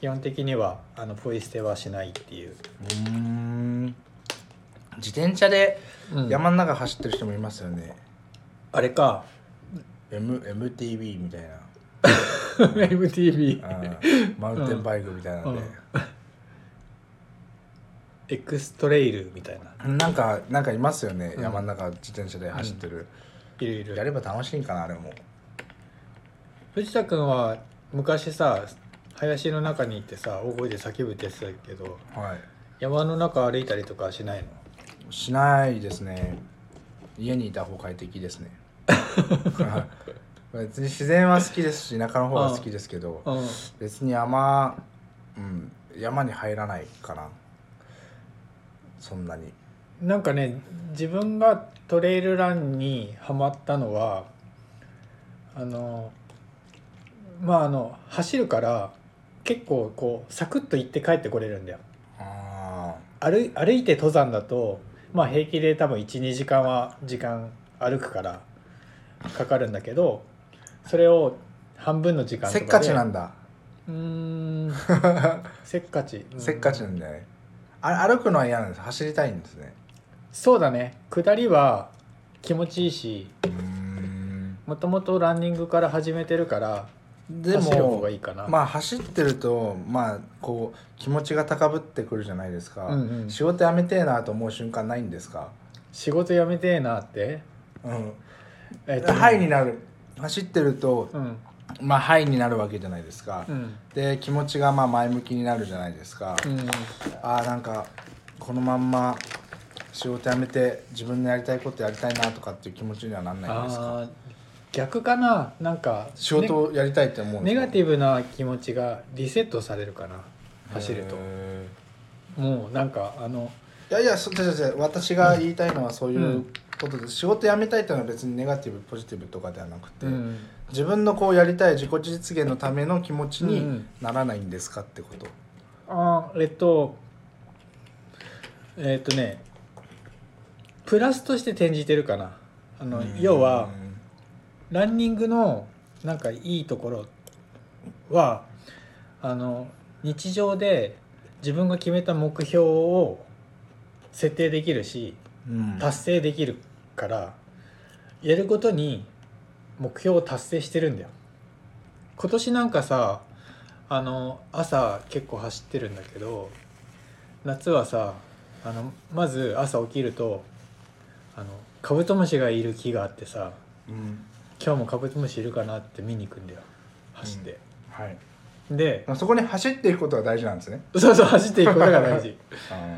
A: 基本的にはあのポイ捨てはしないっていう、
B: うーん自転車で
A: うん
B: 山の中走ってる人もいますよね、
A: あれ か
B: M MTB みたいな
A: MTV
B: あ ーマウンテンバイクみたいなんで、
A: エクストレイルみたいな
B: なんかなんかいますよね、
A: うん
B: 山の中自転車で走ってる、
A: いるい
B: や
A: る
B: れば楽しいんかなあれも
A: 藤田君は昔さ林の中に行ってさ大声で叫ぶって言ってたけど
B: はい
A: 山の中歩いたりとかはしないの
B: しないですね家にいた方快適ですねはい別に自然は好きですし田舎の方が好きですけど
A: うん
B: 別に山、うん、山に入らないかなそんなに
A: なんかね自分がトレイルランにはまったのはあのまああの走るから結構こうサクッと行って帰ってこれるんだよ
B: あ
A: 歩い歩いて登山だとまあ平気で多分12時間は時間歩くからかかるんだけどそれを半分の時
B: ー
A: 間とか
B: せ
A: で
B: っかちなんだ、
A: うー んせっかちうん
B: せっかちなんだよねあ歩くのは嫌なんです走りたいんですね
A: そうだね下りは気持ちいいし
B: うーん
A: もともとランニングから始めてるから
B: で
A: 走る方
B: も
A: がいいかな、
B: まあ走ってるとまあこう気持ちが高ぶってくるじゃないですか、
A: うんうん
B: 仕事辞めてえなと思う瞬間ないんですか
A: 仕事辞めてえなって
B: うん、
A: えっ
B: ハイになる走ってると、
A: うん
B: まあハイになるわけじゃないですか、
A: うん
B: で気持ちがまあ前向きになるじゃないですか、
A: うん
B: ああなんかこのまんま仕事辞めて自分のやりたいことやりたいなとかっていう気持ちにはなんないんですか
A: あー逆かななんか
B: 仕事をやりたいって思うんで
A: ネ
B: すか
A: ガティブな気持ちがリセットされるかな走ると
B: へ
A: もうなんかあの
B: ーいやいやそう違う違う私が言いたいのはそういううんことで、仕事辞めたいっていうのは別にネガティブポジティブとかではなくて、
A: うん
B: 自分のこうやりたい自己実現のための気持ち
A: うんう
B: に
A: ん
B: ならないんですかってこと、
A: あーえっとえっとねプラスとして転じてるかなあの
B: うん
A: 要はランニングのなんかいいところはあの日常で自分が決めた目標を設定できるし
B: うん
A: 達成できるからやることに目標を達成してるんだよ今年なんかさあの朝結構走ってるんだけど夏はさあのまず朝起きるとあのカブトムシがいる木があってさ
B: うん
A: 今日もカブトムシいるかなって見に行くんだよ走って、
B: はい、
A: で
B: そこに走っていくことが大事なんですね、
A: そうそう走っていくことが 大事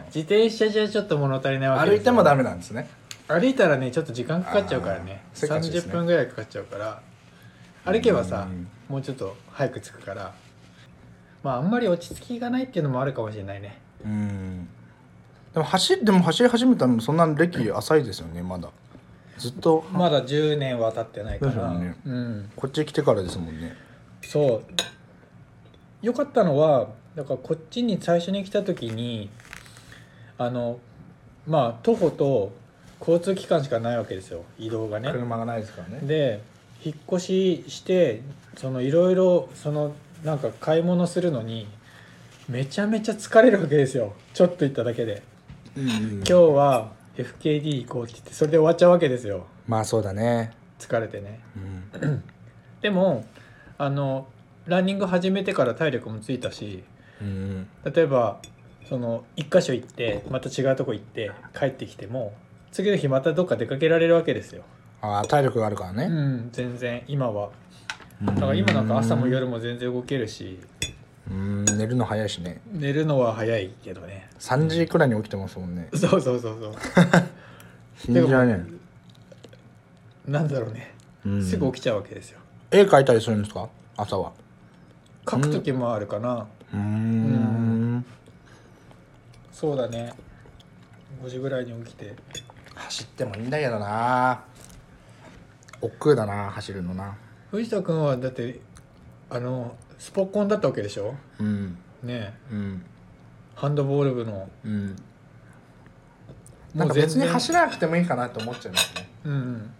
A: 自転車じゃちょっと物足りないわけ
B: 歩いても
A: だ
B: ダメなんですね
A: 歩いたらねちょっと時間かかっちゃうからね
B: あーせっかちです
A: 30
B: ね
A: 分ぐらいかかっちゃうから歩けばさ
B: うん
A: もうちょっと早く着くからまああんまり落ち着きがないっていうのもあるかもしれないね
B: うんでも走っても走り始めたのもそんな歴浅いですよねまだずっと、
A: まだ10年は経ってないか
B: そう
A: ら
B: だね
A: うん
B: こっち来てからですもんね
A: そう良かったのはだからこっちに最初に来た時にあのまあ徒歩と交通機関しかないわけですよ移動がね
B: 車がないですからね
A: で引っ越ししてそのいろいろそのなんか買い物するのにめちゃめちゃ疲れるわけですよちょっと行っただけで
B: うんうん
A: 今日は FKD 行こうって言ってそれで終わっちゃうわけですよ
B: まあそうだね、
A: 疲れてね
B: うん、
A: でもあのランニング始めてから体力もついたし
B: うん
A: 例えばその一箇所行ってまた違うとこ行って帰ってきても次の日またどっか出かけられるわけですよ、
B: ああ体力があるから
A: う
B: ね、
A: ん、全然今はだから今なんか朝も夜も全然動けるし
B: うん寝るの早いしね
A: 寝るのは早いけどね
B: 3時くらいに起きてますもんね
A: そうそうそうそう
B: 信じられない
A: なんだろうね、
B: うん
A: すぐ起きちゃうわけですよ
B: 絵描いたりするんですか朝は
A: 書く時もあるかな、
B: うーん
A: そうだね5時ぐらいに起きて
B: 走ってもいいんだけどな億劫だな走るのな
A: 藤田君はだってあのスポコンだったわけでしょ
B: うん
A: ねえ
B: うん
A: ハンドボール部の
B: うん
A: も
B: なん
A: う
B: か
A: 全
B: 別に
A: 然
B: 走らなくてもいいかなって思っちゃいますね、
A: うんうん
B: うん、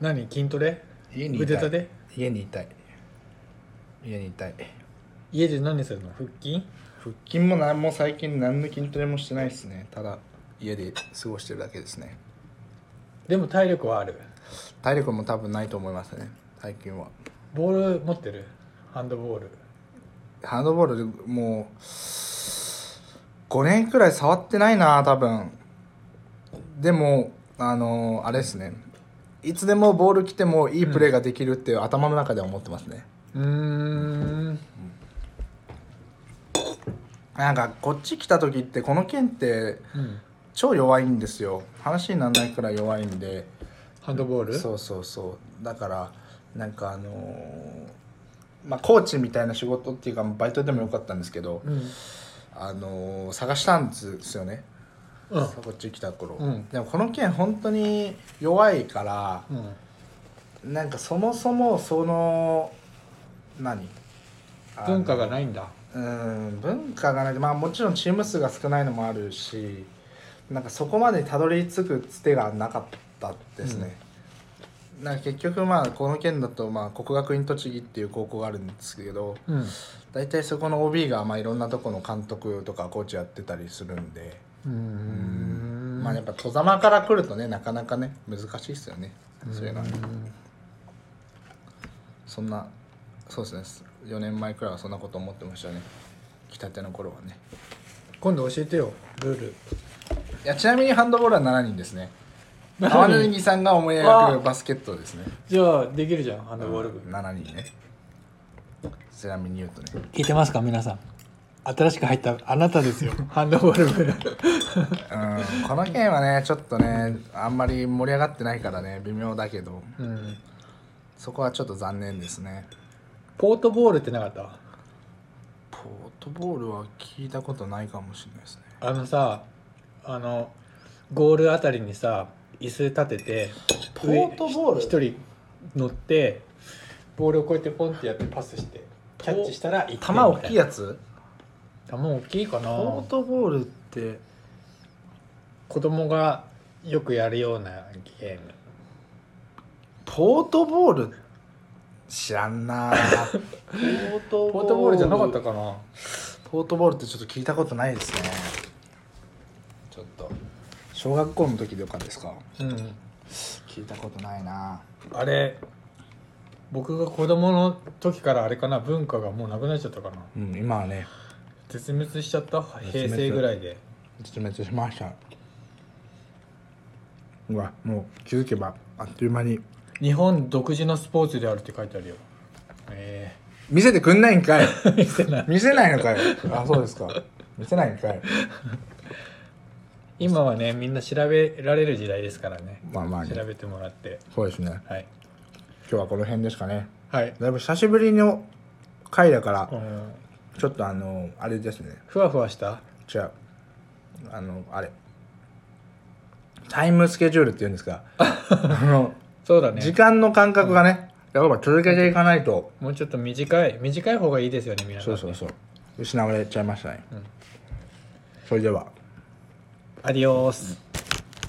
A: 何筋トレ
B: 家にいた
A: 腕
B: い
A: 立て
B: 家にいたい家にいたい
A: 家で何するの腹筋
B: 腹筋も何も最近何の筋トレもしてないですねただ家で過ごしてるだけですね
A: でも体力はある
B: 体力も多分ないと思いますね最近は
A: ボール持ってるハンドボール
B: ハンドボールもう5年くらい触ってないな多分でもあのあれですねいつでもボール来てもいいプレーができるっていう頭の中では思ってますね、
A: うーん
B: なんかこっち来た時ってこの県って
A: うん
B: 超弱いんですよ話にならないくらい弱いんで
A: ハンドボール
B: そうそうそうだからなんかあのーまあコーチみたいな仕事っていうかバイトでもよかったんですけど、
A: うん
B: あのー探したんですよね、
A: うん
B: こっち来た頃、
A: うん
B: でもこの県本当に弱いから
A: う、ん
B: なんかそもそもその何あの
A: 文化がないんだ
B: うん文化がないまあもちろんチーム数が少ないのもあるしなんかそこまでたどり着くつてがなかったですね、なんか結局まあこの県だとまあ国学院栃木っていう高校があるんですけど
A: うん
B: 大体そこの OB がまあいろんなとこの監督とかコーチやってたりするんで、
A: うーん
B: まあやっぱ戸様から来るとねなかなかね難しいですよねそういうのはね
A: ん
B: そんなそうですね4年前くらいはそんなこと思ってましたね来たての頃はね
A: 今度教えてよルール
B: いやちなみにハンドボールは7人ですね
A: 7人
B: 泡のぎさんが思い描くバスケットですね
A: じゃあできるじゃんハンドボール部
B: 7人ねちなみに言うとね
A: 聞いてますか皆さん新しく入ったあなたですよ ハンドボール部
B: うんこの件はねちょっとねあんまり盛り上がってないからね微妙だけど
A: うん
B: そこはちょっと残念ですね
A: ポートボールってなかった
B: ポートボールは聞いたことないかもしれないですね
A: あのさあのゴールあたりにさ椅子立てて
B: ポートボール
A: 上ひ一人乗ってボールをこうやってポンってやってパスしてキャッチしたら1
B: 球
A: 点
B: 大きい
A: や
B: やつ
A: 球大きいかな
B: ポートボールって
A: 子供がよくやるようなゲーム
B: ポートボール知らん なポート
A: ポートボールじゃなかったかな
B: ポートボールってちょっと聞いたことないですねちょっと小学校の時でよかったですか
A: うん
B: 聞いたことないな
A: あれ僕が子供の時からあれかな文化がもうなくなっちゃったかな
B: うん今はね
A: 絶滅しちゃった
B: 滅
A: 平成ぐらいで
B: 絶滅しましたうわもう気づけばあっという間に
A: 日本独自のスポーツであるって書いてあるよえ
B: 見せてくんないん かい
A: え見せ ない
B: 見せないのかいあそうですか見せないんかい
A: 今はねみんな調べられる時代ですからね
B: まあまあね
A: 調べてもらって
B: そうですね
A: はい
B: 今日はこの辺ですかね
A: はい、
B: だいぶ久しぶりの回だから
A: うん、
B: ちょっとあのあれですね
A: ふわふわした
B: 違うあのあれタイムスケジュールっていうんですかあの
A: そうだね
B: 時間の感覚がね、やっぱ続けていかないと、
A: もうちょっと短い短い方がいいですよね皆さん
B: そう
A: ね
B: そうそう失われちゃいましたね、
A: うん
B: それでは
A: アディオース